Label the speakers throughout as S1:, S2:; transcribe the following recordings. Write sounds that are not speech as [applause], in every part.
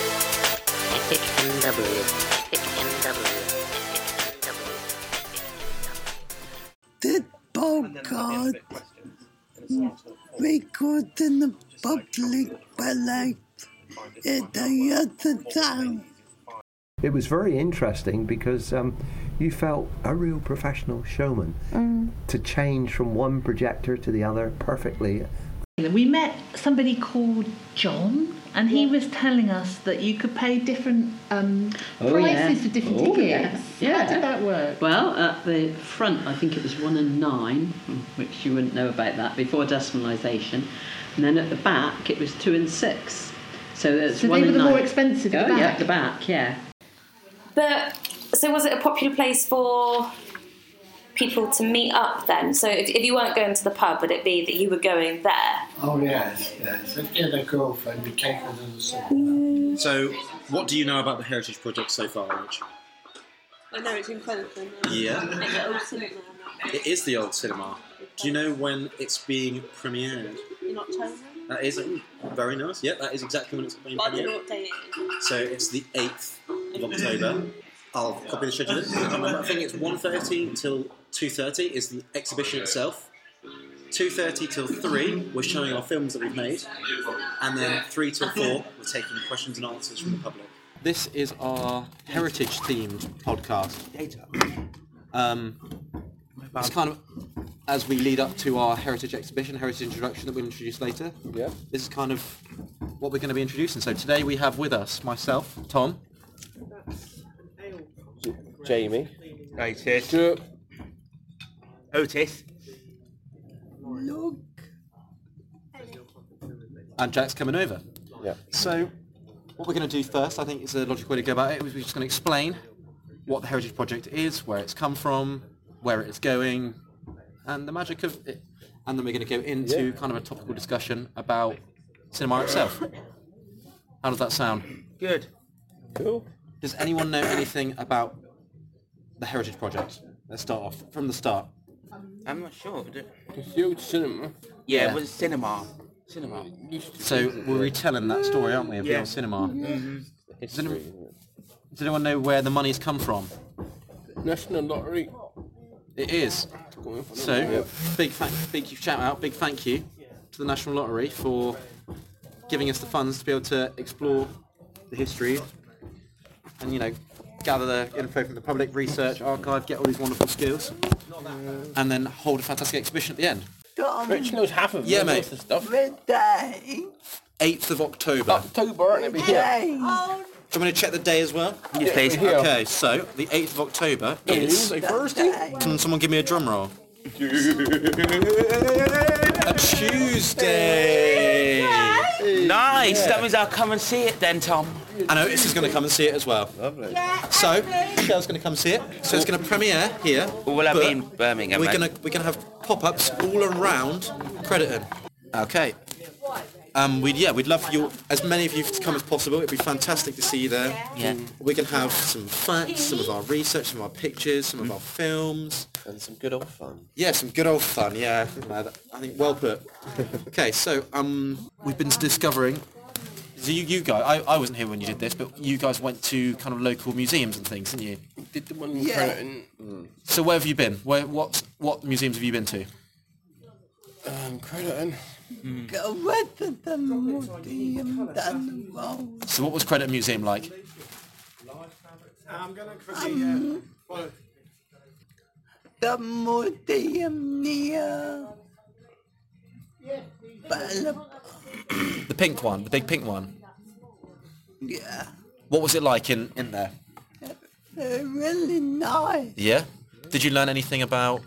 S1: Epic MW. Epic MW. Epic MW.
S2: Did Paul
S3: And then there'll be a
S2: God
S3: bit of questions. And it's also
S2: record in the
S3: just like-
S2: public like
S3: find it
S2: at the other time?
S4: It was very interesting because um, you felt a real professional showman to change from one projector to the other perfectly.
S5: We met somebody called John, and he was telling us that you could pay different um,
S6: Oh,
S5: prices
S6: yeah.
S5: for different
S6: Oh,
S5: tickets.
S6: yes.
S5: How
S6: Yeah.
S5: did that work?
S6: Well, at the front, I think it was one and nine, hmm, which you wouldn't know about that before decimalisation, and then at the back it was two and six. So it's
S5: So they
S6: one
S5: were
S6: and
S5: the
S6: nine.
S5: more expensive, the
S6: Oh, yeah,
S5: back?
S6: at the back, yeah.
S7: But so was it a popular place for people to meet up then? So if, if you weren't going to the pub, would it be that you were going there?
S8: Oh yes, yes. If you had a girlfriend, you take her to the cinema.
S9: So, what do you know about the Heritage Project so far, Rich?
S10: I know it's in Clinton.
S9: Yeah.
S10: And the old cinema
S9: It is the old cinema. Do you know when it's being premiered?
S10: in October.
S9: That is ooh, very nice. Yeah, that is exactly when it's being
S10: But I don't know
S9: premiered.
S10: what day it is.
S9: So it's the eighth of October. I'll copy the schedule. I think it's 1.30 till 2.30 is the exhibition itself. 2.30 till 3, we're showing our films that we've made. And then 3 till 4, we're taking questions and answers from the public.
S11: This is our heritage themed podcast. Um, it's kind of as we lead up to our heritage exhibition, heritage introduction that we'll introduce later. Yeah. This is kind of what we're going to be introducing. So today we have with us myself, Tom.
S12: Jamie.
S11: Otis.
S13: Oh,
S11: Otis.
S2: Look,
S11: And Jack's coming over.
S12: Yeah.
S11: So what we're going to do first, I think it's a logical way to go about it, is we're just going to explain what the Heritage Project is, where it's come from, where it's going, and the magic of it. And then we're going to go into kind of a topical discussion about cinema itself. How does that sound? Good.
S12: Cool.
S11: Does anyone know anything about the Heritage Project? Let's start off from the start.
S13: I'm not sure. The,
S12: the old cinema.
S13: Yeah,
S11: Yeah.
S13: it was cinema. Cinema.
S11: So we're retelling that story, aren't we, of the
S13: Yeah.
S11: old cinema?
S12: Mhm.
S11: Does, anyone, does anyone know where the money's come from?
S12: National Lottery.
S11: It is. So
S12: Yep.
S11: big thank, big shout out, big thank you to the National Lottery for giving us the funds to be able to explore the history and you know gather the info from the public, research, archive, get all these wonderful skills, and then hold a fantastic exhibition at the end.
S2: Tom,
S12: Rich knows half of
S11: Yeah,
S12: it,
S11: mate.
S12: lots of stuff.
S2: midday,
S11: 8th of October.
S12: October, aren't it? Yeah.
S2: day.
S11: Do you want me to check the day as well?
S12: Yes, please. Yeah, we're here.
S11: Okay, so the 8th of October is...
S12: Tuesday, Thursday.
S11: Can Mm, someone give me a drum roll? A Tuesday!
S13: Nice. That means I'll come and see it then, Tom.
S11: I know Issa's going to come and see it as well. Lovely. So, Michelle's going to come see it. So it's going to premiere here.
S13: Will I be
S11: but
S13: in Birmingham,
S11: We're
S13: mate?
S11: going to we're going to have pop-ups all around Crediton. Okay. Um, we'd yeah, we'd love for you as many of you to come as possible. It'd be fantastic to see you there.
S13: Yeah.
S11: We can have some facts, some of our research, some of our pictures, some of our films.
S12: And some good old fun.
S11: Yeah, some good old fun. Yeah, No, that- I think well put. okay, so um, we've been discovering. So you, you guys, I, I wasn't here when you did this, but you guys went to kind of local museums and things, didn't you?
S12: Did the one in
S11: Yeah.
S12: Croton.
S11: So where have you been? Where what what museums have you been to?
S12: Um, Croton.
S2: Go with the museum that was
S11: So what was Credit Museum like?
S2: the museum near. Bala-
S11: The pink one, the big pink one.
S2: Yeah,
S11: What was it like in in there?
S2: they're really nice.
S11: Yeah. Did you learn anything about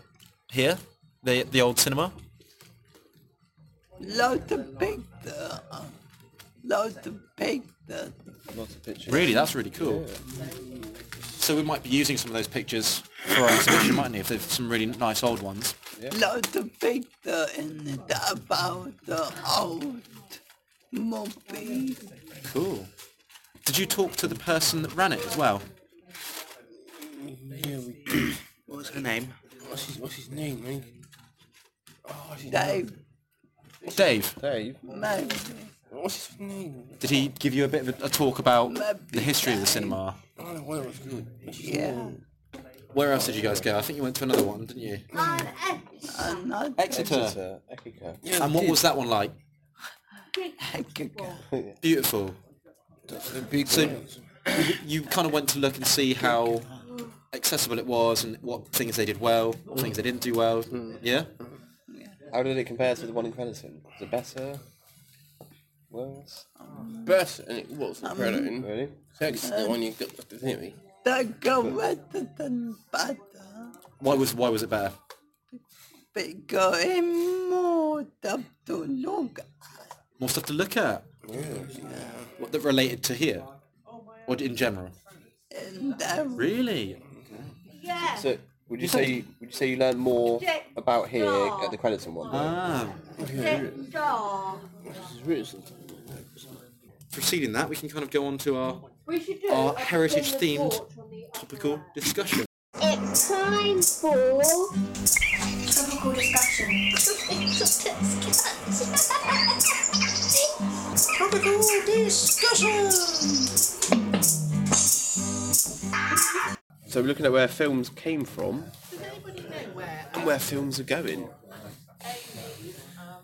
S11: here, the the old cinema?
S2: Lots of pictures. Lots of pictures.
S12: Lots of pictures.
S11: Really, that's really cool.
S8: So we might be using some of those pictures for our exhibition, mightn't we? If there's some really nice old ones.
S2: Lots of picture in it about the old movie.
S8: Cool. Did you talk to the person that ran it as well?
S11: Yeah, we... What's her name? What's his, what's his name, man? Oh, his
S2: Dave.
S8: Dave.
S11: Dave.
S2: Maybe.
S11: What's his name?
S8: Did he give you a bit of a, a talk about the history of the cinema?
S11: I don't know whether it was good. What's his
S2: Yeah.
S11: name?
S8: Where else did you guys go? I think you went to another one, didn't you?
S2: I'm not
S8: Exeter.
S11: Epica.
S8: and what was that one like?
S2: Epica.
S8: Beautiful. so you- you kind of went to look and see how accessible it was and what things they did well, what things they didn't do well.
S11: Mm.
S8: Yeah.
S11: How did it compare to the one in Crediton? Was it better? Worse?
S2: Better,
S11: and it was
S2: in Crediton.
S11: Really? Sex the one you got the theory.
S2: That go better than butter.
S8: Why was why was it better?
S2: Because it more up to look.
S8: More stuff to look at. What that related to here, or in general?
S2: And um,
S8: Really?
S11: Yeah. So would you say you, would you say you learned more about here at the Crediton one?
S8: Ah. Preceding that, we can kind of go on to our
S14: We should
S8: our heritage themed topical discussion.
S14: It's time for topical discussion. topical discussion.
S11: So we're looking at where films came from and where films are going.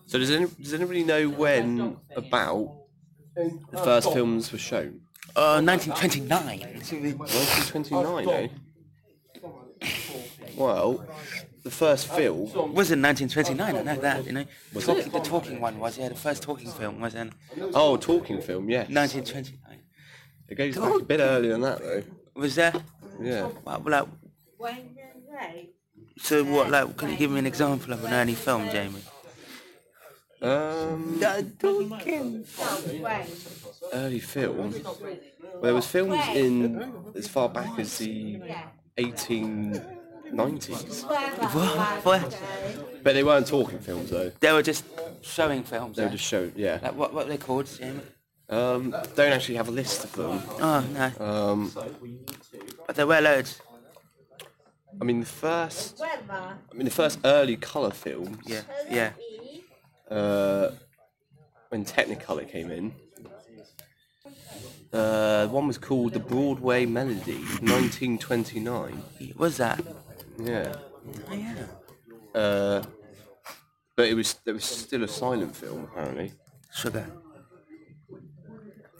S11: So does, any, does anybody know when about the first films were shown?
S13: Uh, 1929.
S11: 1929, eh? Well, the first film
S13: was in 1929. I know that. You know,
S11: Was
S13: Talking-
S11: it?
S13: the talking one was yeah. The first talking film was in.
S11: Oh, talking film, yeah.
S13: 1929.
S11: It goes back a bit earlier than that though.
S13: Was there?
S11: Yeah.
S13: Well, like, so what? Like, can you give me an example of an early film, Jamie?
S11: Um,
S2: that talking.
S11: early film. Well, there was films in as far back as the 1890s,
S13: What? What?
S11: but they weren't talking films though.
S13: They were just showing films.
S11: They were
S13: eh?
S11: just shown, yeah.
S13: Like, what? What are they called, Jamie?
S11: Um, don't actually have a list of them.
S13: Oh no.
S11: Um,
S13: But there were loads.
S11: I mean, the first, I mean, the first early color films.
S13: Yeah, yeah.
S11: Uh, when Technicolor came in. Uh, one was called The Broadway Melody, 1929.
S13: Was that?
S11: Yeah.
S13: Oh, yeah.
S11: Uh, but it was there was still a silent film apparently.
S13: Sugar.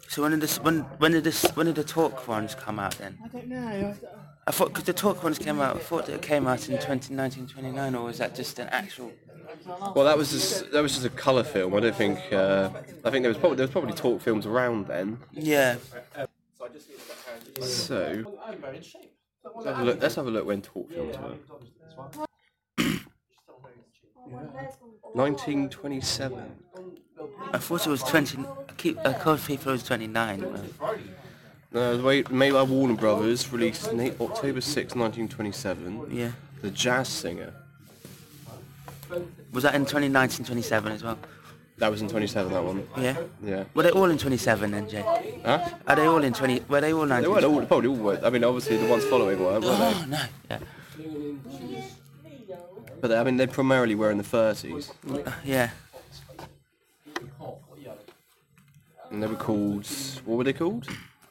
S13: So when did this? When when did this? When did the talk ones come out then?
S15: I don't know.
S13: I thought because the talk ones came out. I thought that it came out in 2019, 29, or was that just an actual?
S11: Well, that was just, that was just a color film. I don't think uh, I think there was probably there was probably talk films around then.
S13: Yeah.
S11: So let's have a look, let's have a look when talk films were. 1927.
S13: I thought it was 20. I keep. I called people it was 29. but-
S11: No, the way made by Warner Brothers, released na- October 6, 1927.
S13: Yeah.
S11: The Jazz Singer.
S13: Was that in 2019, 27 as well?
S11: That was in 27. That one.
S13: Yeah.
S11: Yeah.
S13: Were they all in 27 then, Jay?
S11: Huh?
S13: Are they all in 20? Were they all 19?
S11: They weren't all probably all were. I mean, obviously the ones following weren't, were they?
S13: Oh no. Yeah.
S11: But I mean, they primarily were in the 30s,
S13: Yeah.
S11: and they were called. What were they called?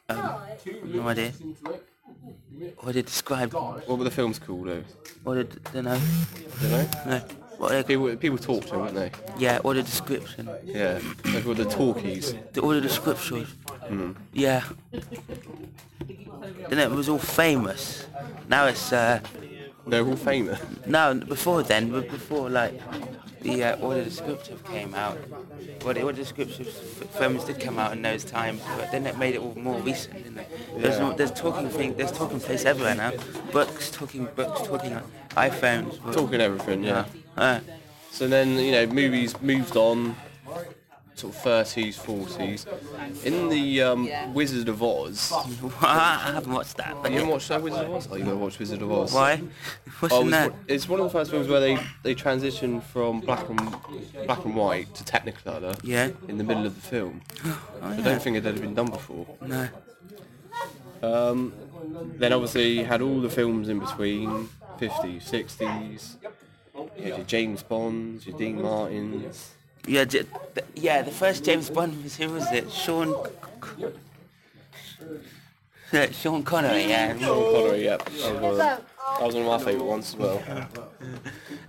S13: No idea. What did describe?
S11: What were the films called? Though?
S13: What did they know?
S11: Don't know.
S13: No. What are they
S11: People people talked to, weren't they?
S13: Yeah, all the description.
S11: Yeah. They were the talkies.
S13: The, all the description.
S11: Mm.
S13: Yeah. Then it was all famous. Now it's uh.
S11: They're all famous.
S13: No, before then, but before like the uh, all the descriptive came out. Well, the, all the descriptive f- films did come out in those times, but then it made it all more recent, didn't it? There's
S11: Yeah.
S13: no, there's talking thing, there's talking place everywhere now. Books, talking books, talking uh, iPhones.
S11: Talking everything, yeah.
S13: Uh,
S11: So then you know movies moved on sort of 30s, 40s. In the um, Wizard of Oz.
S13: [laughs] I haven't watched that.
S11: You haven't watched that Wizard of Oz? Oh, you got to watch Wizard of Oz.
S13: Why? What's
S11: oh,
S13: in
S11: it's
S13: that?
S11: one- It's one of the first films where they, they transition from black and black and white to Technicolor.
S13: Yeah.
S11: In the middle of the film. I
S13: Oh, yeah.
S11: don't think it had been done before.
S13: No.
S11: Um, then obviously you had all the films in between 50s, 60s. You had your James Bonds, your Dean Martins.
S13: Yeah, j- th- yeah. The first James Bond was who was it? Sean. Yeah, Sean Connery. Yeah.
S11: Sean Connery, yeah. That was, one of, that was one of my favourite ones as well.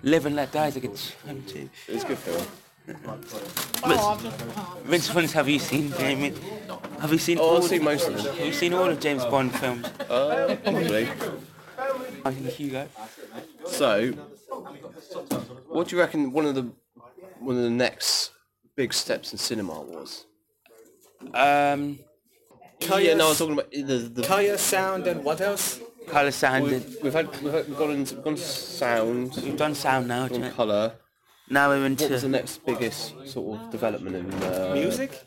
S13: Live and Let Die is a good film too.
S11: It's a good film.
S13: But, which ones have you seen, Jamie? Have you seen
S11: Oh, I've
S13: all
S11: seen most of them.
S13: Have you seen all of James Bond films?
S11: Uh, probably.
S13: I think Hugo.
S11: So, what do you reckon one of the one of the next big steps in cinema was?
S13: Um,
S11: yeah, no, I was talking about the, the
S15: Color, sound, and what else?
S13: Colour sound.
S11: We've, we've had we've, had, we've gone into we've gone sound. We've
S13: done sound now.
S11: We've done colour.
S13: Now we're into
S11: what was the next biggest sort of development in uh,
S15: Music?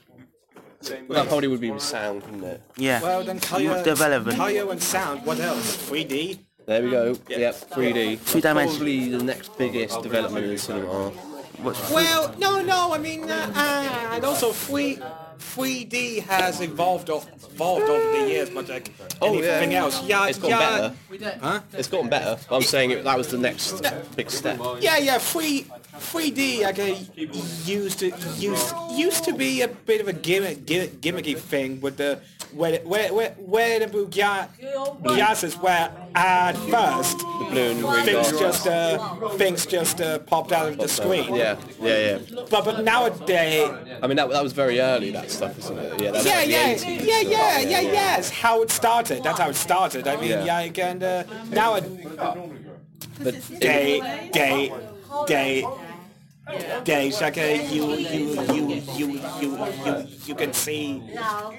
S11: That probably would be sound, wouldn't it?
S13: Yeah.
S15: Well, then color, color and sound. What else? 3D.
S11: There we go. Yep, 3D.
S13: Three dimensions.
S11: Probably the next biggest development in cinema.
S15: Well, no, no. I mean, uh, uh, and also three. 3D has evolved of, evolved over the years, but like
S11: Oh, yeah.
S15: anything else, yeah,
S11: It's gotten
S15: yeah,
S11: better. We Huh? It's gotten better. but I'm saying it, that was the next big step.
S15: Yeah, yeah, three, 3D like a, used to used used to be a bit of a gimmick, gimmick gimmicky thing with the where where where, where the blue ga- glasses were at first. The
S11: blue and green
S15: things
S11: glasses.
S15: just uh, things just uh, popped out of the screen.
S11: Yeah, yeah, yeah.
S15: But but nowadays,
S11: I mean, that, that was very early, that stuff, isn't it? Yeah, that was
S15: yeah,
S11: like the
S15: yeah,
S11: 80s.
S15: yeah, yeah, yeah, yeah. It's how it started. That's how it started. I mean,
S11: Yeah.
S15: yeah, like, and uh, now it,
S11: But
S15: day, day, day, days. Like uh, you, you, you, you, you, you, you can see.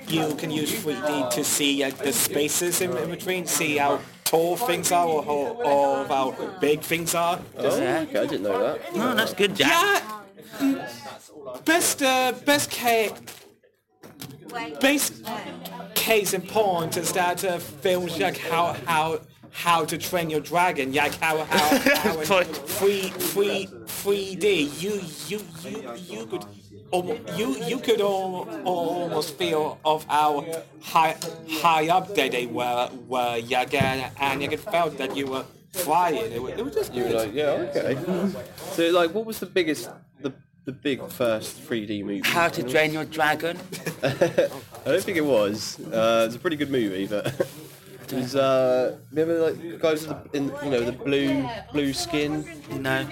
S15: You can use 3D to see like the spaces in, in between, see how tall things are or, or, or how big things are.
S11: Oh, okay, I didn't know that.
S13: No, Oh, that's good, Jack.
S15: Yeah. Best, uh, best case, best case in point is that uh, films like how how how to train your dragon, like how how, how in three three three D. You you you you could. almo- You you could al- almost feel of how high high up that they were were again, and you could felt that you were flying. It was, it was just
S11: You were like, yeah, okay. So, like, what was the biggest, the, the big first 3D movie?
S13: How to Train Your Dragon.
S11: I don't think it was. Uh, it's a pretty good movie, but [laughs] it was. Uh, remember, like the guys with the, in you know the blue blue skin.
S13: No.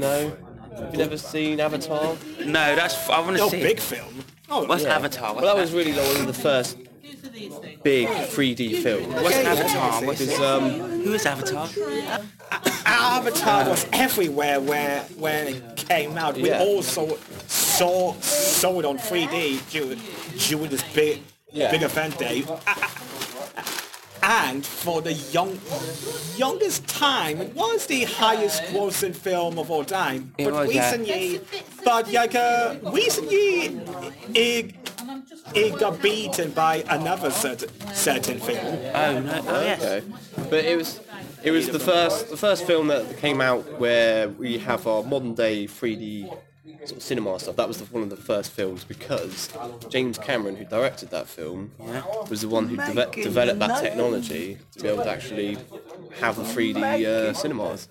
S11: No. Have you never seen Avatar?
S13: No, that's I want to
S11: No,
S13: see.
S11: big
S15: film.
S13: Oh, What's Avatar? What's
S11: well, that was really like one of the first big 3D films.
S13: What's Avatar? What's
S11: Because,
S13: it?
S11: um,
S13: Who is Avatar?
S15: Avatar was everywhere where when it came out. We
S11: Yeah.
S15: also saw saw it on 3D during, during this big
S11: Yeah.
S15: big event day. A- a- And for the young youngest time, it was the highest grossing film of all time.
S13: It
S15: but
S13: was, yeah.
S15: recently, but like uh, recently, it, it got beaten by another certain certain film.
S13: Oh no! Oh yes.
S11: okay. But it was it was the first the first film that came out where we have our modern day 3D sort of cinema stuff. That was the, one of the first films because James Cameron, who directed that film, was the one who deve- developed that technology to be able to actually have the 3D uh, cinemas.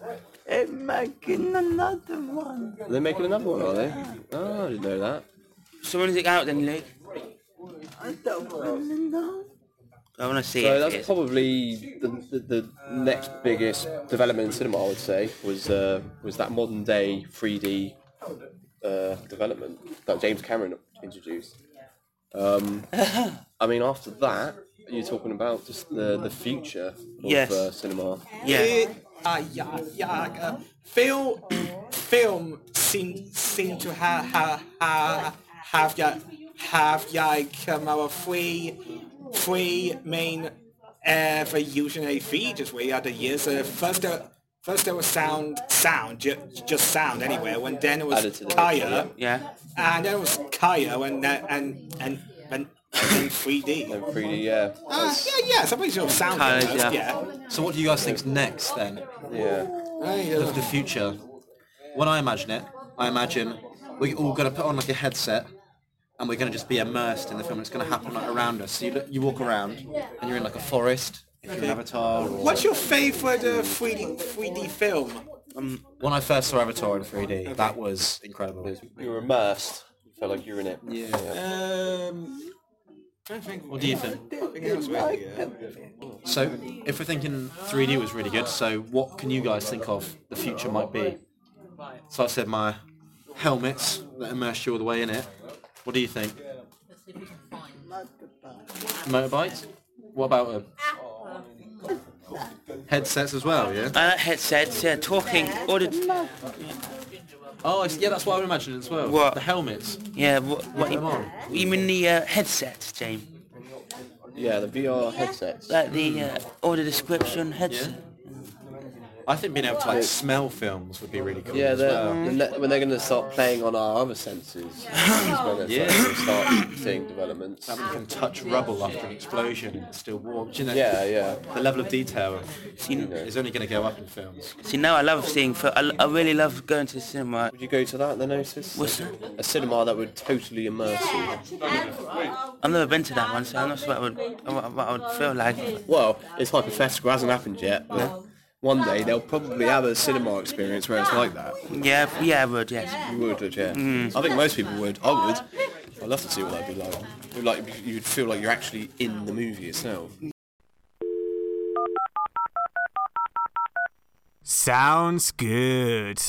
S2: I'm making another one.
S11: Are they making another one, are they? Oh, I didn't know that.
S13: So when is it out then, Luke?
S2: I don't want to know.
S13: I want to see
S11: So
S13: it.
S11: that's probably the, the, the next biggest development in cinema, I would say, was uh, was that modern day 3D uh, development that James Cameron introduced. Um, I mean, after that, you're talking about just the, the future of
S13: Yes.
S11: uh, cinema.
S15: Eh, Uh, yeah, yeah. like, Uh, film, film seem seem to have ha, ha, have ya have ya, like um, our three three main evolutionary features we had the years. Uh, first, uh, First there was sound, sound, ju- just sound anywhere. When then it was
S13: Added to the-
S15: Kaya,
S13: Yeah.
S15: and then it was Kaya, and then- and and and, and 3D.
S11: 3D, yeah.
S15: Uh, yeah, yeah. Somebody's your sound. first, yeah.
S8: So what do you guys think's next then?
S11: Yeah.
S8: The, the future. When I imagine it, I imagine we all got to put on like a headset and we're going to just be immersed in the film. It's going to happen like around us. So you, look, you walk around and you're in like a forest. If you're an avatar. Or...
S15: What's your favourite uh, 3D 3D film?
S8: Um, when I first saw Avatar in 3D, that was incredible.
S11: You were immersed. You felt like you were in it.
S8: Yeah.
S15: Um, trying to think.
S8: What do you think?
S15: Nothing else really, yeah.
S8: So, if we're thinking 3D was really good, so what can you guys think of the future might be? So I said my helmets that immerse you all the way in it. What do you think? Motorbikes? What about them? Headsets as well, yeah?
S13: I like headsets, Uh, yeah, talking, all the...
S8: Oh, I s- yeah, that's what I'm imagining as well.
S13: What?
S8: The helmets.
S13: Yeah, what, what
S8: Put them on.
S13: you mean the uh, headsets, James?
S11: Yeah, the VR headsets.
S13: Like the, uh, all the description headset.
S8: I think being able to like smell films would be really cool.
S11: Yeah,
S8: as
S11: they're,
S8: well.
S11: the ne- when they're going to start playing on our other senses. Yeah. When
S8: Yeah.
S11: yeah. start seeing developments.
S8: That can touch rubble after an explosion and it's still warm. Do you know,
S11: Yeah, yeah.
S8: The level of detail is only going to go up in films.
S13: See, now I love seeing, fil- I, I really love going to the cinema.
S11: Would you go to that, the Notice?
S13: What's that?
S11: A cinema that would totally immerse you.
S13: I've never been to that one, so I'm not sure what I would, what, what I would feel like.
S11: Well, it's hypothetical, hasn't happened yet, but one day they'll probably have a cinema experience where it's like that.
S13: Yeah, yeah, I would, yes.
S11: You would, would you? I think most people would. I would. I'd love to see what that'd be like. It'd be Like you'd feel like you're actually in the movie itself.
S6: Sounds good.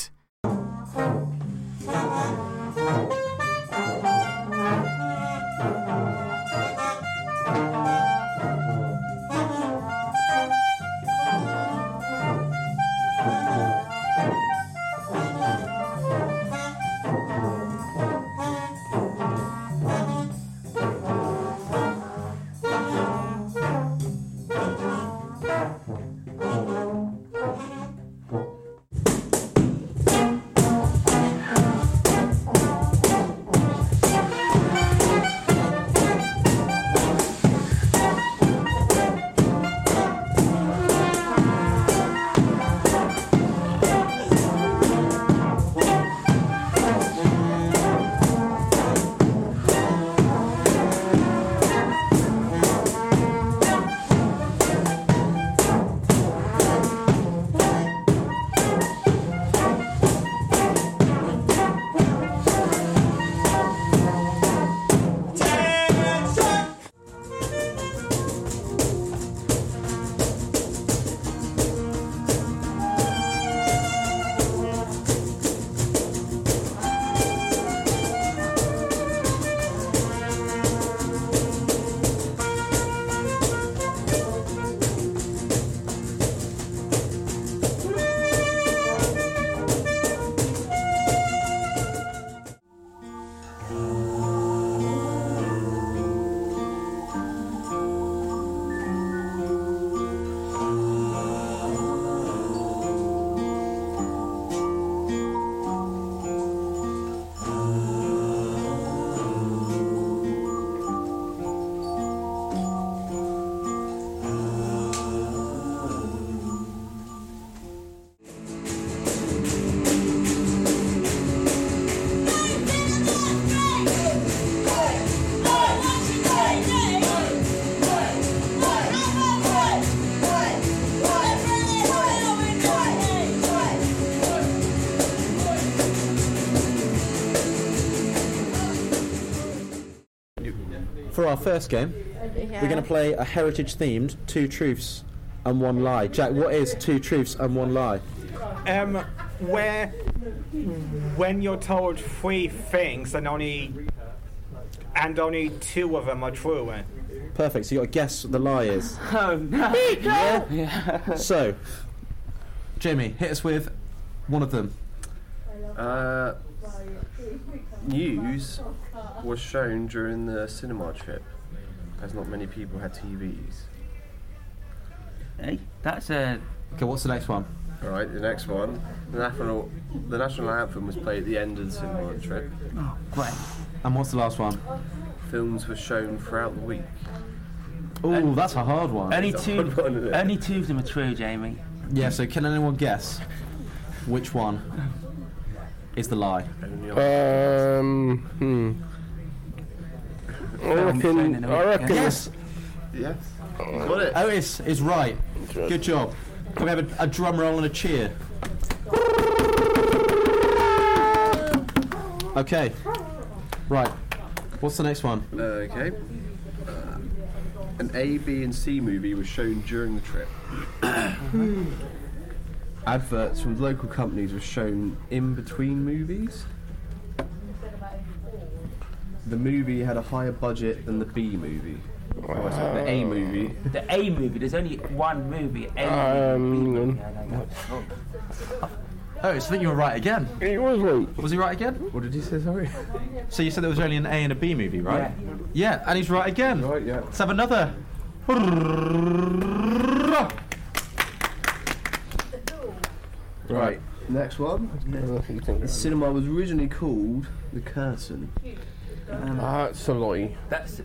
S16: For our first game, we're going to play a heritage themed two truths and one lie. Jack, what is two truths and one lie?
S6: Um, where when you're told three things and only and only two of them are true. eh?
S16: Perfect. So you got to guess what the lie is.
S6: Oh no!
S16: so, Jamie, hit us with one of them.
S4: Uh, news was shown during the cinema trip, as not many people had TVs.
S16: Hey, that's a. Okay, what's the next one?
S4: Right, the next one. The national, the national anthem was played at the end of the cinema trip.
S16: Oh, great. And what's the last one?
S4: Films were shown throughout the week. [laughs]
S16: Oh, that's a hard one.
S13: Only two, only two of them are true, Jamie.
S16: Yeah, so can anyone guess which one is the lie?
S11: Um, hmm. I reckon. I reckon.
S16: Yes!
S4: Yes.
S11: Got it.
S16: Otis is right. Good job. Can we have a, a drum roll and a cheer? Okay. Right. What's the next one?
S4: Okay. Uh, an A, B, and C movie was shown during the trip. Adverts from local companies were shown in between movies. The movie had a higher budget than the B movie. Or sorry, the A movie.
S13: The A movie. There's only one movie. A
S11: Um,
S16: Oh, so I think you were right again.
S11: It was right.
S16: Was he right again? What
S4: did he say? Sorry.
S16: So you said there was only an A and a B movie, right? Yeah. and he's right again. Right, yeah. Let's have another.
S4: Right. Next one. The cinema was originally called The Curtain.
S11: That's a lie.
S13: That's.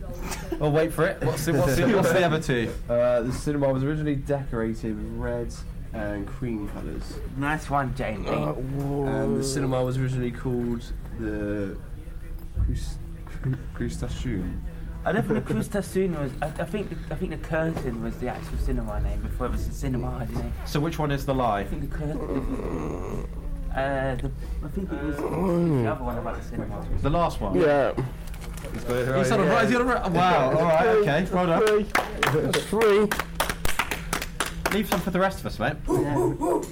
S16: Oh, wait for it. What's the, what's the, what's the other two?
S4: [laughs] Uh, the cinema was originally decorated with red and cream colours.
S13: Nice one, Jamie.
S4: and the cinema was originally called the Crus- Cru- Crustaceum.
S13: I don't think the Crustasun was. I, I think. The, I think the curtain was the actual cinema name before it was the cinema name.
S16: So which one is the lie?
S13: I think the curtain. Uh, the, I think it was the other one about the cinema.
S16: The last one?
S11: Yeah.
S16: He's sort of right. He's sort of right. [laughs] Wow. All right. Okay. Well done.
S11: Three.
S16: Leave some for the rest of us, mate.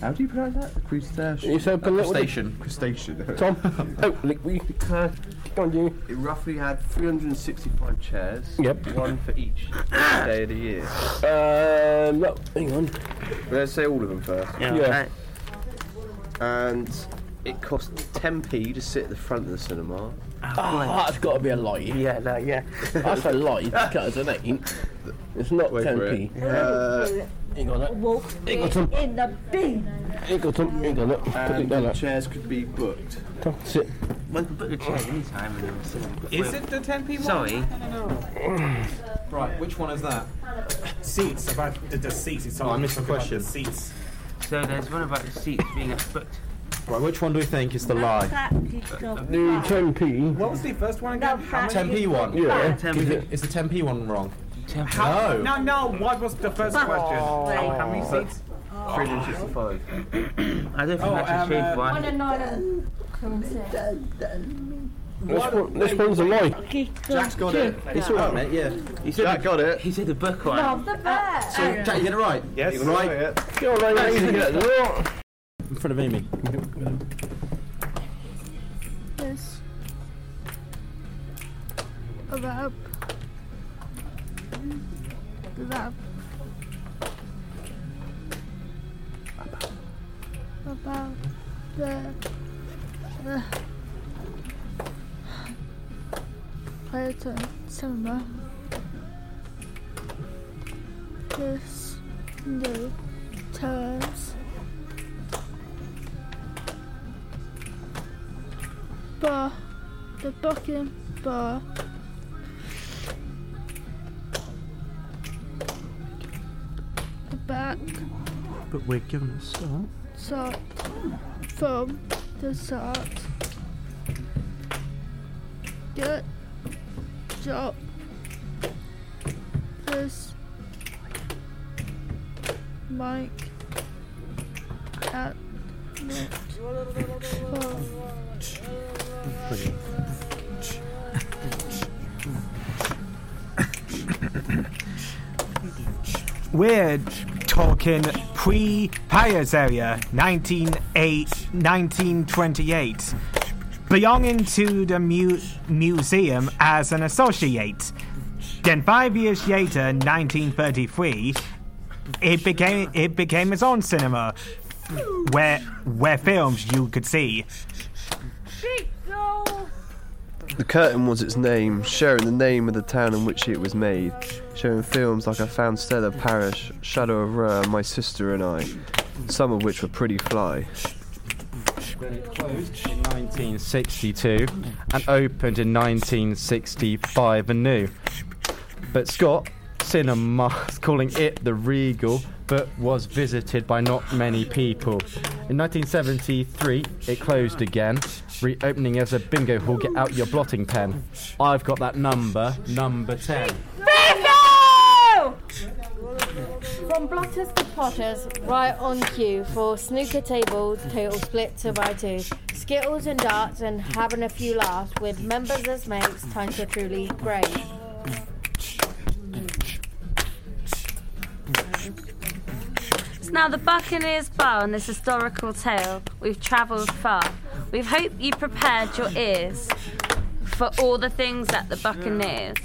S4: How do you pronounce that?
S16: uh,
S4: Crustaceum.
S11: You said below-
S16: Crustacean.
S4: Crustacean.
S11: Tom.
S4: [laughs]
S11: oh, look, we uh, go on you.
S4: It roughly had 365 chairs.
S11: Yep.
S4: One for each day of the year.
S11: Uh, no, hang on.
S4: Let's say all of them first.
S11: Yeah. Yeah.
S4: And it cost 10p to sit at the front of the cinema.
S11: Oh, that's got to be a lie. Yeah, no, yeah. That's a lie because it ain't. It's not
S4: Wait for it.
S11: 10p. Uh, ain't got it. Ain't got some.
S17: in the bin.
S11: Ain't got some. Ain't got it. Put it
S4: And
S11: down.
S4: the
S11: there.
S4: chairs could be booked.
S11: Tom, sit.
S13: One could book a chair anytime in the cinema.
S15: Is it the 10 people?
S13: Sorry.
S16: Right. Which one is that? Oh,
S15: Seats, about the, the seats. It's all
S16: I missed the
S15: about
S16: question.
S15: The seats.
S13: So there's one about the seats being booked.
S16: Right. Which one do we think is the lie?
S11: The 10p.
S15: What was the first one again? How many-
S16: 10p one.
S11: Yeah.
S16: Do you think- Is the 10p one wrong?
S15: How,
S16: No.
S15: no, no. What was the first question?
S11: Oh.
S15: How, how many seats?
S4: 365.
S13: I don't think
S15: Oh,
S13: that's
S15: um,
S13: a
S15: uh,
S13: shade one.
S11: This, one, this one's a lie.
S16: Jack's got it. It's all right, mate. Yeah.
S13: He said
S11: Jack got it.
S13: He said the book one.
S17: the bear.
S16: So Jack, you get it right.
S15: Yes.
S16: Right.
S11: Go on, ladies, you get it. Right.
S16: In front of Amy.
S17: Yes. Lab. Lab. About the. Uh, Plato cinema. This new turns. bar, the Buckingham bar. The back
S16: But we're giving a start.
S17: salt from the salt. Good job. This mic at not for
S6: We're talking pre Pires area, 1908, 1928. Belonging to the mu- museum as an associate. Then five years later, 1933, it became it became its own cinema, where Uh, where films you could see.
S4: The curtain was its name, sharing the name of the town in which it was made, showing films like I Found Stella Parish, Shadow of Rare, My Sister and I.
S18: some of which were pretty fly.
S13: Then it closed in 1962 and opened in 1965 anew. But Scott Cinema is calling it the Regal, but was visited by not many people. In 1973, it closed again, reopening as a bingo hall. Get out your blotting pen. I've got that number, number 10.
S6: Bingo! From blotters to potters, right on cue for snooker tables, total split two by two, skittles and darts, and having a few laughs with members as mates. Times are truly great.
S7: It's now the Buccaneers Bar and this historical tale. We've travelled far. We hope you prepared your ears for all the things at the Buccaneers.